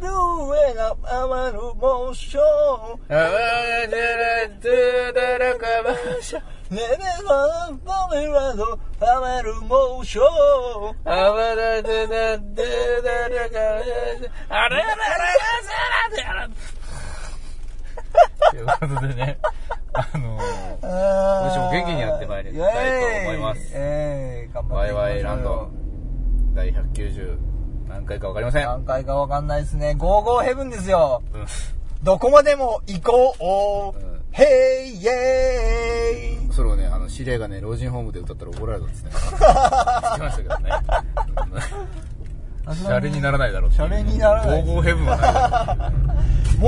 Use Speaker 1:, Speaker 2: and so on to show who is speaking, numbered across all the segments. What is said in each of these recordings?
Speaker 1: doing up our emotion.
Speaker 2: あわじらずだらかばし
Speaker 1: Never falling out of our emotion.
Speaker 2: あわらずだずだらかばしあれららららららということでね、あのー、今週も元気にやってまいりたいと思います
Speaker 1: えー、頑張っ
Speaker 2: ワ
Speaker 1: て
Speaker 2: イ
Speaker 1: い
Speaker 2: ワイランド第190何回かわかりません。
Speaker 1: 何回かわかんないですね。ゴーゴーヘブンですよ。
Speaker 2: うん
Speaker 1: どこまでも行こう。
Speaker 2: うん
Speaker 1: ヘイイェーイ。
Speaker 2: それをね、あの、司令がね、老人ホームで歌ったら怒られたんですね。言ってましたけどね。シャレにならないだろうっていう
Speaker 1: シャレにならない
Speaker 2: ゴーゴーヘブンはないだろうっ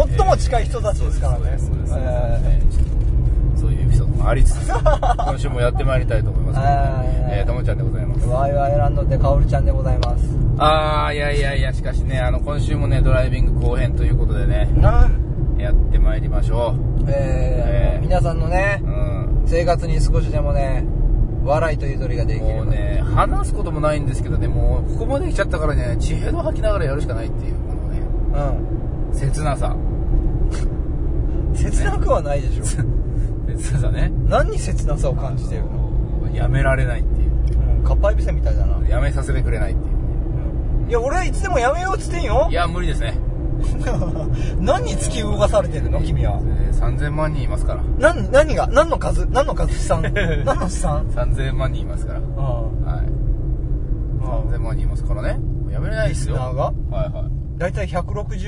Speaker 2: ていう
Speaker 1: 最も近い人たちですからね。
Speaker 2: そうですそうですそう
Speaker 1: え
Speaker 2: ですそういうエピソードもありつ つ、今週もやってまいりたいと思いますけど
Speaker 1: はい
Speaker 2: ね。えー、ともちゃんでございま
Speaker 1: ー
Speaker 2: す。
Speaker 1: ワイワイランドでカオルちゃんでございます。
Speaker 2: あー、いやいやいや、しかしね、あの、今週もね、ドライビング後編ということでね、
Speaker 1: なん
Speaker 2: やってまいりましょ
Speaker 1: えー
Speaker 2: えー
Speaker 1: 皆さんのね
Speaker 2: う。う、ん。
Speaker 1: 生活に少しでもね、笑いとゆとりができる。
Speaker 2: もうね、話すこともないんですけどね、もうここまで来ちゃったからね、血へど吐きながらやるしかないっていう、このね、
Speaker 1: う
Speaker 2: 切なさ。
Speaker 1: ん。切なくはないでしょ。
Speaker 2: 切なさね。
Speaker 1: 何に切なさを感じてるの、
Speaker 2: やめられないっていう。
Speaker 1: うん、かっぱえびせんみたいだな。
Speaker 2: やめさせてくれないっていうね。
Speaker 1: いや、俺はいつでもやめようっつってんよ
Speaker 2: い。や、無理ですね。
Speaker 1: 何に突き動かされてるの君は
Speaker 2: え。ー3000万人いますから。
Speaker 1: 何、何が、何の数、何の数資 産何の資産
Speaker 2: 3000万人いますから。
Speaker 1: うん。
Speaker 2: はい。3000万人いますからね。もうやめれないですよ。
Speaker 1: リスナーが
Speaker 2: はいはい。
Speaker 1: だいたい160、1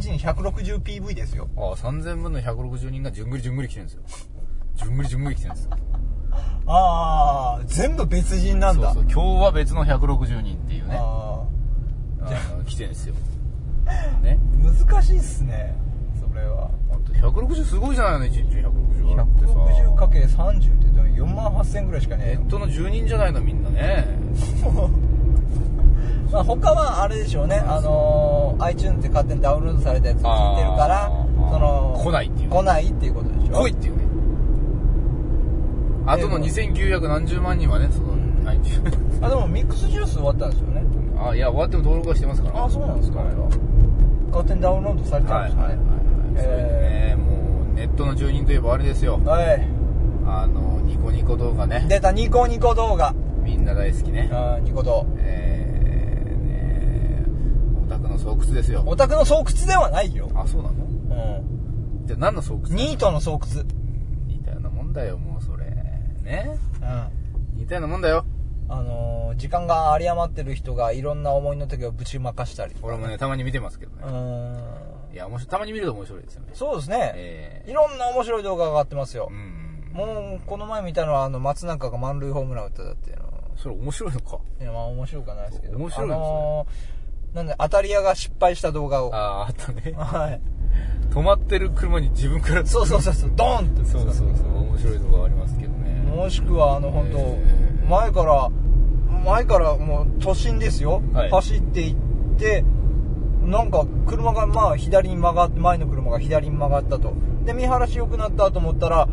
Speaker 1: 日に 160PV ですよ。
Speaker 2: ああ、3000分の160人がじゅんぐりじゅんぐり来てるんですよ。じゅんぐりじゅんぐり来てるんですよ。
Speaker 1: ああ、全部別人なんだ。
Speaker 2: そうそう。今日は別の160人っていうね。
Speaker 1: あ
Speaker 2: あの来てるん ですよ。ね。
Speaker 1: ー難しいっすね。それは。
Speaker 2: 本当160すごいじゃないの一日160あってさ
Speaker 1: 160×30 って言ったら4万8000ぐらいしか
Speaker 2: ネ
Speaker 1: ね
Speaker 2: ットの住人じゃないのみんなね
Speaker 1: えの。 まあ他はあれでしょうね、あのー、iTunes って勝手にダウンロードされたやつを聞いてるから、
Speaker 2: あー
Speaker 1: その、
Speaker 2: 来ないっていう
Speaker 1: 来ないっていうことでしょ。
Speaker 2: 来いっていうねあとの2900何十万人はねその、
Speaker 1: ん
Speaker 2: はい
Speaker 1: あ、でもミックスジュース終わったんですよね。
Speaker 2: あいや終わっても登録はしてますから
Speaker 1: あ、そうなんですか。
Speaker 2: はいはい
Speaker 1: 勝手にダウンロードされてたん
Speaker 2: は
Speaker 1: で
Speaker 2: い
Speaker 1: すね。
Speaker 2: はいはいそれでねもうネットの住人といえばあれですよ
Speaker 1: はい。
Speaker 2: あのニコニコ動画ね
Speaker 1: 出たニコニコ動画。
Speaker 2: みんな大好きね
Speaker 1: あーニコ動。
Speaker 2: えーねオタクの巣窟ですよ
Speaker 1: オタクの巣窟ではないよ。
Speaker 2: あそうなの
Speaker 1: うん。
Speaker 2: じゃあ何の巣窟
Speaker 1: ニートの巣窟。うん。
Speaker 2: 似たようなもんだよもうそれね
Speaker 1: あ
Speaker 2: 似たようなもんだよ
Speaker 1: のー、時間が有り余ってる人がいろんな思いの時をぶちまかしたり。
Speaker 2: 俺もねたまに見てますけど
Speaker 1: う
Speaker 2: ね、
Speaker 1: ーん。
Speaker 2: いや面白いたまに見ると面白いですよね
Speaker 1: そうですね。
Speaker 2: え
Speaker 1: いろんな面白い動画が上がってますよ
Speaker 2: う。ん
Speaker 1: もう、この前見たのは、あの、松中が満塁ホームラン打っただっていうの。
Speaker 2: それ面白いのか
Speaker 1: いや、まあ、面白くはないですけど。
Speaker 2: 面白いですね
Speaker 1: あのー、なんで、当たり屋が失敗した動画を。
Speaker 2: あ
Speaker 1: は
Speaker 2: ああったね
Speaker 1: い。
Speaker 2: 止まってる車に自分から
Speaker 1: そうそうそうそう、ドーンって。
Speaker 2: そうそうそう面白いとこありますけどね
Speaker 1: もしくはあの本当、
Speaker 2: えー
Speaker 1: 前から前からもう都心ですよ、
Speaker 2: はい
Speaker 1: 走っていってなんか車がまあ左に曲がって前の車が左に曲がったとで見晴らし良くなったと思ったら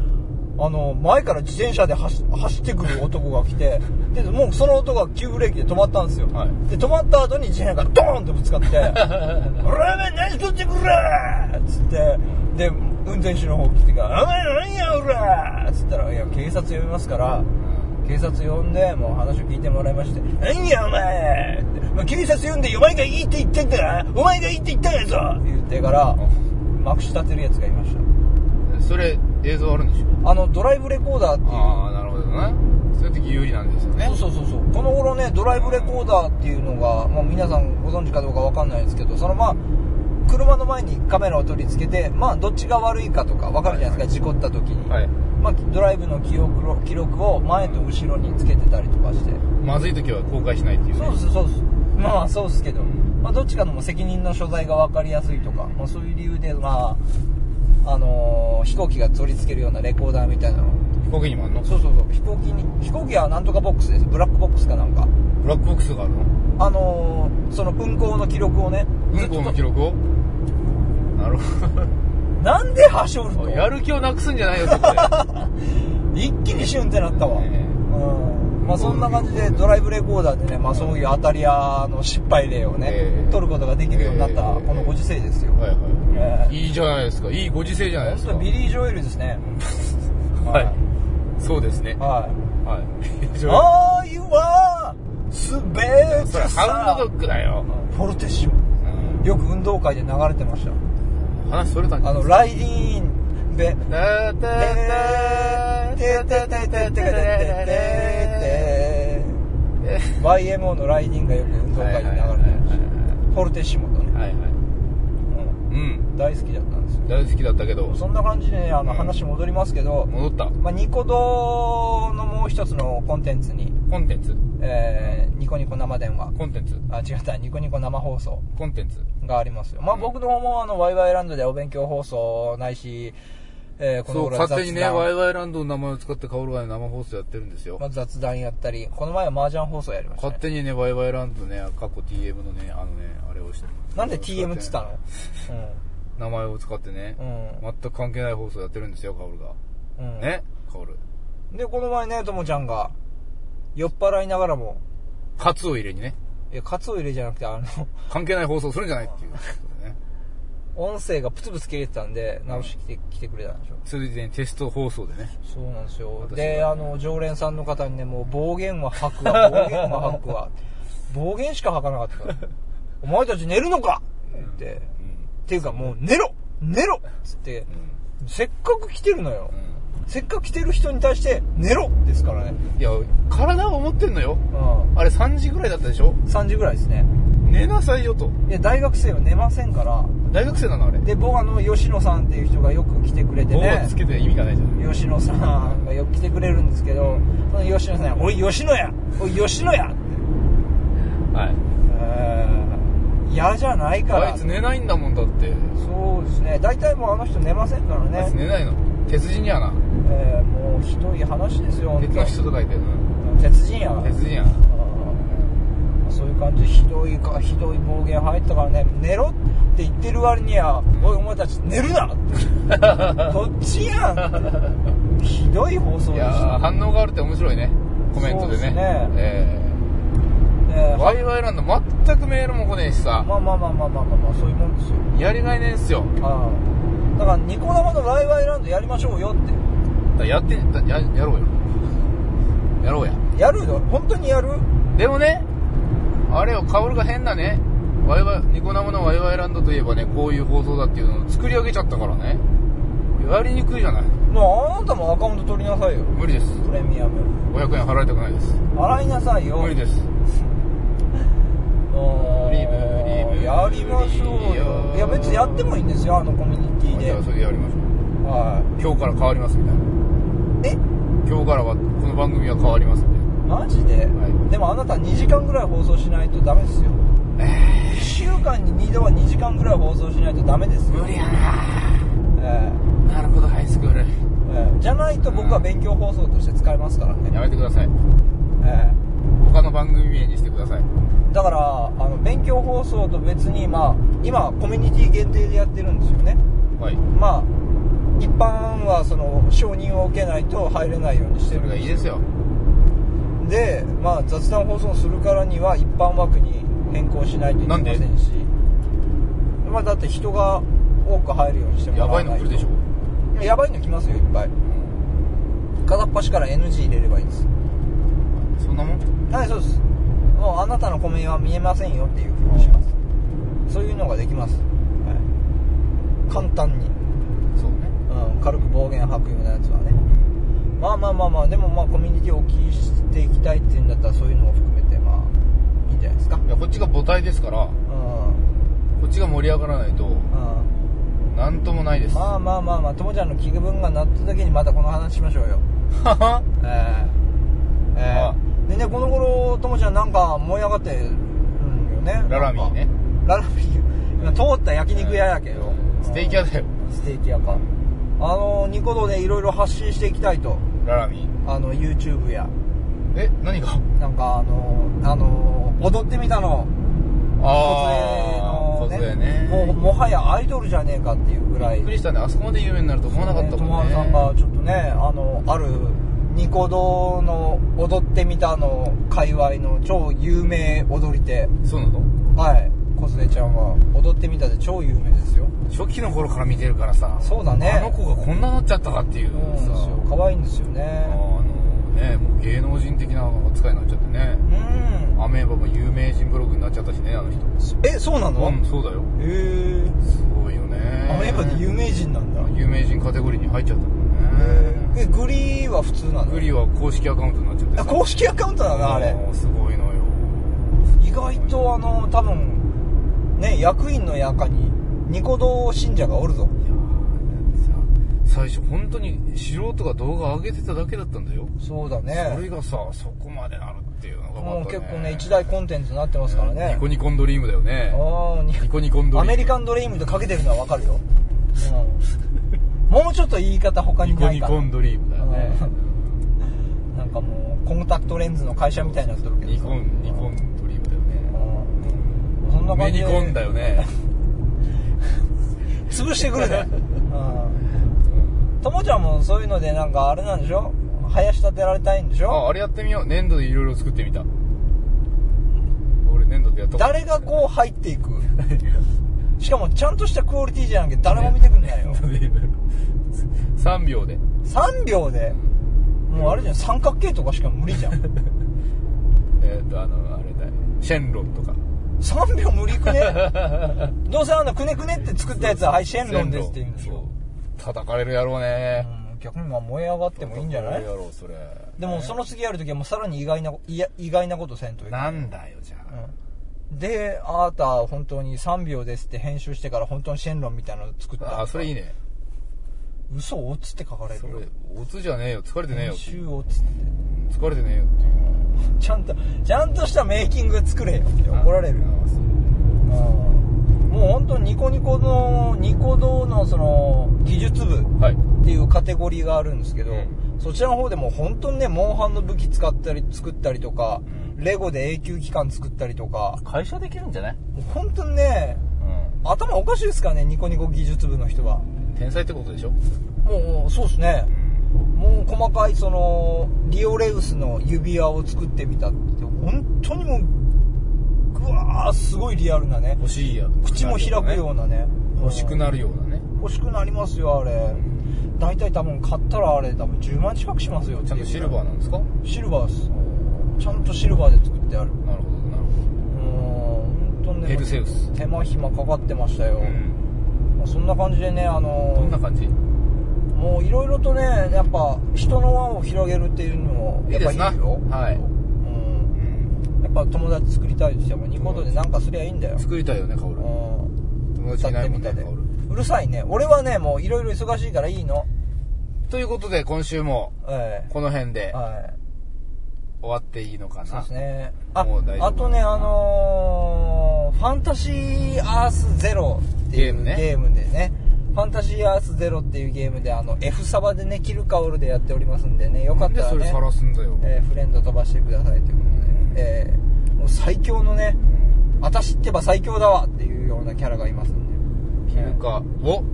Speaker 1: あの前から自転車で走走ってくる男が来 てでもうその男が急ブレーキで止まったんですよ、
Speaker 2: はい
Speaker 1: で止まった後に自転車がドーンとぶつか って「俺は何取ってくれ!」っつってで運転手の方来てから「お前何やおら!」っつったら「いや警察呼びますから警察呼んでもう話を聞いてもらいまして「何やお前!」って「まあ警察呼んでお前がいいって言ったんだお前がいいって言ったんやぞ!」言ってからまくし立てるやつがいまし
Speaker 2: うんそれ映像あるんでしょ
Speaker 1: たあのドライブレコーダーっていう
Speaker 2: ああなるほどなそういう時有利なんですよね
Speaker 1: そうそうそうそうこの頃ねドライブレコーダーっていうのが、まあ、皆さんご存知かどうかわかんないですけどそのまあ車の前にカメラを取り付けてまあどっちが悪いかとかわかるじゃないですか、事故った時に、
Speaker 2: はい
Speaker 1: まあ、ドライブの記録を記録を前と後ろにつけてたりとかして
Speaker 2: まずい時は公開しないっていうね
Speaker 1: そうですそうですまあそうですけど、まあ、どっちかのも責任の所在が分かりやすいとか、まあ、そういう理由でまああのー飛行機が取り付けるようなレコーダーみたいなの
Speaker 2: 飛行機にもあんの
Speaker 1: そうそうそう飛行機に飛行機はなんとかボックスですブラックボックスかなんか
Speaker 2: ブラックボックスがあるの
Speaker 1: あのー、その運行の記録をね、ず
Speaker 2: 運
Speaker 1: っと
Speaker 2: 行の記録をなるほ
Speaker 1: なんではしょる
Speaker 2: ど
Speaker 1: の
Speaker 2: やる気をなくすんじゃないよそこで
Speaker 1: 一気にシュンってなったわ。
Speaker 2: ね
Speaker 1: うん。まあ、そんな感じでドライブレコーダーでね、まあ、そういう当たり屋の失敗例をね、
Speaker 2: ええ
Speaker 1: 取ることができるようになった
Speaker 2: ええ
Speaker 1: このご時世ですよ、
Speaker 2: はいはい
Speaker 1: ええ
Speaker 2: いいじゃないですかいいご時世じゃないです
Speaker 1: 本
Speaker 2: か
Speaker 1: 当ビリー・ジョエルですね
Speaker 2: はいそうですね
Speaker 1: はい
Speaker 2: はい以上
Speaker 1: ああいはすべて
Speaker 2: それハ
Speaker 1: さ
Speaker 2: ンドドッグだよ
Speaker 1: フォルテッショよく運動会で流れてました
Speaker 2: 話それたんじ
Speaker 1: あ
Speaker 2: ゃない
Speaker 1: のライディーンベ
Speaker 2: タタタ
Speaker 1: テテテテテテテテ YMO のライディーンがよく運動会で流れてましたフォルテッシモとね、
Speaker 2: はいはい
Speaker 1: うん
Speaker 2: うん
Speaker 1: 大好きだったんですよ
Speaker 2: 大好きだったけど
Speaker 1: そんな感じでねあの話戻りますけど、
Speaker 2: 戻った
Speaker 1: まあ、ニコ動のもう一つのコンテンツに、
Speaker 2: コンテンツ
Speaker 1: えーニコニコ生電話
Speaker 2: コンテンツ
Speaker 1: あ違ったニコニコ生放送
Speaker 2: コンテンツ
Speaker 1: がありますよまあ僕の方もあのワイワイランドでお勉強放送ないし、えーこ
Speaker 2: そ
Speaker 1: の
Speaker 2: う
Speaker 1: 頃
Speaker 2: 勝手にね
Speaker 1: 雑談
Speaker 2: ワイワイランドの名前を使ってカオルガイの生放送やってるんですよ
Speaker 1: まあ、雑談やったりこの前は麻雀放送やりました、ね
Speaker 2: 勝、手にねワイワイランドね過去 TM のねあのねあれをして
Speaker 1: なんで TM っつったの
Speaker 2: 名前を使ってね
Speaker 1: うん
Speaker 2: 全く関係ない放送やってるんですよカオルが
Speaker 1: うん、うん、
Speaker 2: ねカオル
Speaker 1: でこの前ねともちゃんが酔っ払いながらも
Speaker 2: カツを入れにね
Speaker 1: いやカツを入れじゃなくてあの
Speaker 2: 関係ない放送するんじゃないっていうことでね
Speaker 1: 音声がプツプツ切れてたんで直してきて,、来てくれたんでしょ
Speaker 2: ついでにテスト放送でね
Speaker 1: そうなんですよ
Speaker 2: 私が
Speaker 1: であの常連さんの方にねもう暴言は吐く わ暴言は吐くわ暴言しか吐かなかったから 「お前たち寝るのか!」って言って、っていうかもう寝ろ寝ろっつって、せっかく来てるのよ、せっかく来てる人に対して「寝ろ!」ですからね、
Speaker 2: いや体は思ってんのよ
Speaker 1: う
Speaker 2: あれ3時ぐらいだったでしょ
Speaker 1: ん、3時ぐらいですね
Speaker 2: 寝なさいよと
Speaker 1: で大学生は寝ませんから
Speaker 2: 大学生なのあれ
Speaker 1: で僕あの吉野さんっていう人がよく来てくれて
Speaker 2: 棒
Speaker 1: ね
Speaker 2: をつけて意味がないじゃん
Speaker 1: 吉野さんがよく来てくれるんですけどその吉野さんに「おい吉野やおい吉野や!」
Speaker 2: はい
Speaker 1: えー嫌じゃないから
Speaker 2: あいつ寝ないんだもんだって
Speaker 1: そうですね大体もうあの人寝ませんから
Speaker 2: あいつ
Speaker 1: ね、
Speaker 2: 寝ないの鉄人やな
Speaker 1: えーもうひどい話ですよ
Speaker 2: 鉄の人
Speaker 1: 本
Speaker 2: と書いてる
Speaker 1: 当鉄人や
Speaker 2: な鉄人や
Speaker 1: あーそういう感じでひどいかひどい暴言入ったからね寝ろって言ってる割には「おいお前たち寝るな!」っ て「こっちやん!」ってひどい放送
Speaker 2: い
Speaker 1: でし
Speaker 2: やー
Speaker 1: た
Speaker 2: 反応があるって面白いねコメントで
Speaker 1: そうです
Speaker 2: ね
Speaker 1: ね
Speaker 2: え
Speaker 1: ね
Speaker 2: ーワイワイランド全くメールも来ねえしさ
Speaker 1: まあまあまあまあまあまあ、まあ、そういうもんですよ
Speaker 2: やりがいねえんすよ
Speaker 1: ああだからニコ生のライワイランドやりましょうよって
Speaker 2: だからやってだややろうよやろうや
Speaker 1: やるよ本当にやる
Speaker 2: でもねあれよカオルが変なねワイワイニコ生のワイワイランドといえばねこういう放送だっていうのを作り上げちゃったからねやりにくいじゃない
Speaker 1: もうあなたもアカウント取りなさいよ
Speaker 2: 無理です
Speaker 1: プレミアム
Speaker 2: 500円払いたくないです
Speaker 1: 洗いなさいよ
Speaker 2: 無理です
Speaker 1: 無
Speaker 2: 無理無理無理
Speaker 1: やりましょうよいや別にやってもいいんですよあのコミュニティ
Speaker 2: じ
Speaker 1: で
Speaker 2: ゃあそれでやりましょう
Speaker 1: は
Speaker 2: 今日から変わりますみたいない
Speaker 1: え
Speaker 2: 今日からはこの番組は変わりますみたいな
Speaker 1: マジで、
Speaker 2: はい
Speaker 1: でもあなた2時間ぐらい放送しないとダメですよ1週間に2度は2時間ぐらい放送しないとダメですよ、
Speaker 2: 無理やな
Speaker 1: え
Speaker 2: なるほどハイスクール
Speaker 1: えええじゃないと僕は勉強放送として使えますからね、
Speaker 2: やめてください
Speaker 1: ええ
Speaker 2: 他の番組名にしてください
Speaker 1: だからあの勉強放送と別に、まあ、今コミュニティ限定でやってるんですよね
Speaker 2: はい
Speaker 1: まあ一般はその承認を受けないと入れないようにして
Speaker 2: そ
Speaker 1: る
Speaker 2: れがいいですよ
Speaker 1: で、まあ、雑談放送するからには一般枠に変更しないといけませんしまあ、だって人が多く入るようにしてもら
Speaker 2: やば
Speaker 1: わ
Speaker 2: いの
Speaker 1: な
Speaker 2: 来
Speaker 1: いと
Speaker 2: るでしょ
Speaker 1: やばいの来ますよいっぱい片っ端から NG 入れればいいです
Speaker 2: そんなもん
Speaker 1: はいそうですもうあなたのコメントは見えませんよっていうふうにしますそういうのができます、はい、簡単に、
Speaker 2: そうね
Speaker 1: うん、軽く暴言吐くようなやつはねまあまあまあまあでもまあコミュニティを大きくしていきたいっていうんだったらそういうのも含めてまあいいんじゃないですか
Speaker 2: いやこっちが母体ですから
Speaker 1: うん
Speaker 2: こっちが盛り上がらないと
Speaker 1: うん
Speaker 2: 何ともないです
Speaker 1: まあまあまあまあともちゃんの気分がなった時にまたこの話しましょうよ
Speaker 2: は
Speaker 1: えええ
Speaker 2: あ
Speaker 1: えでねこの頃ともちゃんなんか燃え上がってるんよね
Speaker 2: ララミーね
Speaker 1: ララミー今通った 焼肉屋やけど
Speaker 2: ステーキ屋だよ
Speaker 1: ステーキ屋かあのニコ動でいろいろ発信していきたいと
Speaker 2: ララミー
Speaker 1: あの YouTube や
Speaker 2: え何が
Speaker 1: なんかあのあの踊ってみたの
Speaker 2: ああ
Speaker 1: 小
Speaker 2: 小杖
Speaker 1: 杖の
Speaker 2: ね
Speaker 1: もうもはやアイドルじゃねえかっていうぐら
Speaker 2: び
Speaker 1: い
Speaker 2: っくりしたねあそこまで有名になると思わなかった
Speaker 1: ね友
Speaker 2: もんね
Speaker 1: 達さんがちょっとねあのあるニコ動の踊ってみたの界隈の超有名踊り手
Speaker 2: そうなの
Speaker 1: はい小菅ちゃんは踊ってみたで超有名ですよ
Speaker 2: 初期の頃から見てるからさ
Speaker 1: そうだね
Speaker 2: あの子がこんななっちゃったかっていう
Speaker 1: そうなん
Speaker 2: さ
Speaker 1: ですよ可愛いんですよ
Speaker 2: あ
Speaker 1: ね
Speaker 2: のねもう芸能人的な扱いになっちゃってね
Speaker 1: うん
Speaker 2: アメーバも有名人ブログになっちゃったしねあの人
Speaker 1: えそうなの、
Speaker 2: う
Speaker 1: へ
Speaker 2: んそうだよ
Speaker 1: え
Speaker 2: すごいよね
Speaker 1: アメリカで有名人なんだ、
Speaker 2: 有名人カテゴリーに入っちゃったからね
Speaker 1: えグリーは普通なの
Speaker 2: グリは公式アカウントになっちゃって
Speaker 1: あ公式アカウントなのあれ
Speaker 2: もうすごいのよ
Speaker 1: 意外とあの多分ね役員の中にニコ動信者がおるぞ
Speaker 2: いやーさ最初本当に素人が動画上げてただけだったんだよ、
Speaker 1: そうだ
Speaker 2: それ
Speaker 1: ね
Speaker 2: がさそこまでなるっていうのがまた、
Speaker 1: も
Speaker 2: ね、
Speaker 1: う結構ね一大コンテンツになってますからね
Speaker 2: ニコニコンドリームだよね
Speaker 1: あーニコ
Speaker 2: ニコニコンドリーム
Speaker 1: アメリカンドリームとかけてるのはわかるよ、うん、もうちょっと言い方他に
Speaker 2: ニコ
Speaker 1: ない
Speaker 2: ニ
Speaker 1: か
Speaker 2: コン
Speaker 1: な
Speaker 2: ドリームだよね
Speaker 1: なんかもうコンタクトレンズの会社みたいになってるけど
Speaker 2: ニコンニコンドリームだよね
Speaker 1: うんそんな
Speaker 2: メ
Speaker 1: 感じ
Speaker 2: ニ
Speaker 1: で
Speaker 2: コンだよね
Speaker 1: 潰してくる ねうんともちゃんもそういうのでなんかあれなんでしょ林立てられたいんでし
Speaker 2: あ
Speaker 1: ょ
Speaker 2: あれやってみよう粘土でいろいろ作ってみた俺粘土でやったことない
Speaker 1: 誰がこう入っていくしかもちゃんとしたクオリティじゃなきゃ誰も見てくんないよ
Speaker 2: 粘土でいろいろ3秒 で
Speaker 1: 3秒でもうあれじゃん三角形とかしか無理じゃん
Speaker 2: えっ、とあのあれだねシェンロンとか
Speaker 1: 3秒無理く ねどうせあのくねくねって作ったやつは「はいシェンロンです」って言うんでし
Speaker 2: そ
Speaker 1: ょ
Speaker 2: う叩かれるやろうね
Speaker 1: うん逆にまあ燃え上がってもいいんじゃない
Speaker 2: 叩かれるやろうそれ
Speaker 1: でもその次やるときはもうさらに意外ないや意外なことせんといけない
Speaker 2: なんだよじゃあ、
Speaker 1: で、あなた本当に3秒ですって編集してから本当にシェンロンみたいなの作った。
Speaker 2: あそれいい。ね
Speaker 1: 嘘オツって書かれ
Speaker 2: そ
Speaker 1: る
Speaker 2: れ
Speaker 1: よ。
Speaker 2: オツじゃねえよ疲れてねえよ
Speaker 1: 編集オツって。
Speaker 2: 疲れてねえよっていう
Speaker 1: ちゃんと、ちゃんとしたメイキング作れよって怒られるよ。
Speaker 2: あそう
Speaker 1: うんもう本当にニコニコの、ニコ動のその、技術部
Speaker 2: はい
Speaker 1: っていうカテゴリーがあるんですけど、
Speaker 2: うん
Speaker 1: そちらの方でもう本当にね、モンハンの武器使ったり、作ったりとか、
Speaker 2: う
Speaker 1: レゴで永久機関作ったりとか、
Speaker 2: 解消できるんじゃない
Speaker 1: もう本当にね、
Speaker 2: う
Speaker 1: 頭おかしいですからね、ニコニコ技術部の人は。
Speaker 2: ん天才ってことでしょ
Speaker 1: もうそうですねもう細かいそのリオレウスの指輪を作ってみたって本当にもうぐわーすごいリアルなね
Speaker 2: 欲しいや
Speaker 1: 口も開くようなね
Speaker 2: 欲しくなるようなね
Speaker 1: 欲しくなりますよあれ大体多分買ったらあれ多分10万近くしますよ
Speaker 2: ちゃんとシルバー
Speaker 1: ー
Speaker 2: なんですかなる
Speaker 1: シルバーっすちゃんとシルバーで作ってある
Speaker 2: ほどなる
Speaker 1: うん本当にね
Speaker 2: ペルセウス
Speaker 1: 手間暇かかってましたよ
Speaker 2: ほど、うん
Speaker 1: まあそんな感じでねあのー
Speaker 2: どんな感じ
Speaker 1: もういろいろとねやっぱ人の輪を広げるっていうのも
Speaker 2: い
Speaker 1: やっ
Speaker 2: いで
Speaker 1: ぱ
Speaker 2: すない
Speaker 1: いよ
Speaker 2: はい
Speaker 1: うん
Speaker 2: うん
Speaker 1: やっぱ友達作りたいですよもうニコ動でなんかすりゃいいんだよ、
Speaker 2: 作りたいよねカオル
Speaker 1: うん、
Speaker 2: 友達いないもんね
Speaker 1: 歌ってみ
Speaker 2: カオル
Speaker 1: たでうるさいね俺はねもういろいろ忙しいからいいの
Speaker 2: ということで今週も
Speaker 1: ええ
Speaker 2: この辺で
Speaker 1: はい
Speaker 2: 終わっていいのか
Speaker 1: そう
Speaker 2: な
Speaker 1: ですねあ
Speaker 2: もう大丈夫
Speaker 1: あとねあのーファンタジーアースゼロ」ってい
Speaker 2: ゲーム
Speaker 1: う
Speaker 2: ね
Speaker 1: ゲームでねファンタジーアースゼロっていうゲームであの F サバでねキルカオルでやっておりますんでねよかったら
Speaker 2: なんで
Speaker 1: ね
Speaker 2: それ晒すんだよ、
Speaker 1: えーフレンド飛ばしてくださいということで、えーもう最強のね私ってば最強だわっていうようなキャラがいますんで
Speaker 2: キルカを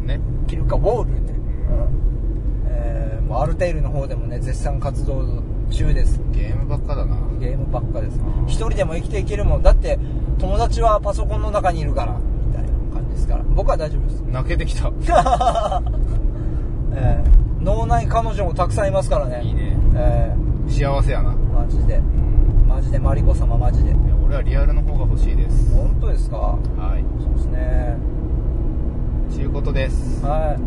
Speaker 2: ね
Speaker 1: えーキルカウォールね、うんえーもうアルテイルの方でもね絶賛活動中です
Speaker 2: ゲームばっかだな
Speaker 1: ゲームばっかです一人でも生きていけるもんだって友達はパソコンの中にいるからみたいな感じですから僕は大丈夫です、
Speaker 2: 泣けてきた
Speaker 1: えー脳内彼女もたくさんいますからね
Speaker 2: いいね
Speaker 1: え
Speaker 2: 幸せやな
Speaker 1: ーマジでマジでマリコ様マジで
Speaker 2: いや俺はリアルの方が欲しいです
Speaker 1: 本当ですか
Speaker 2: はい
Speaker 1: そうですね
Speaker 2: ちゅうことです
Speaker 1: はい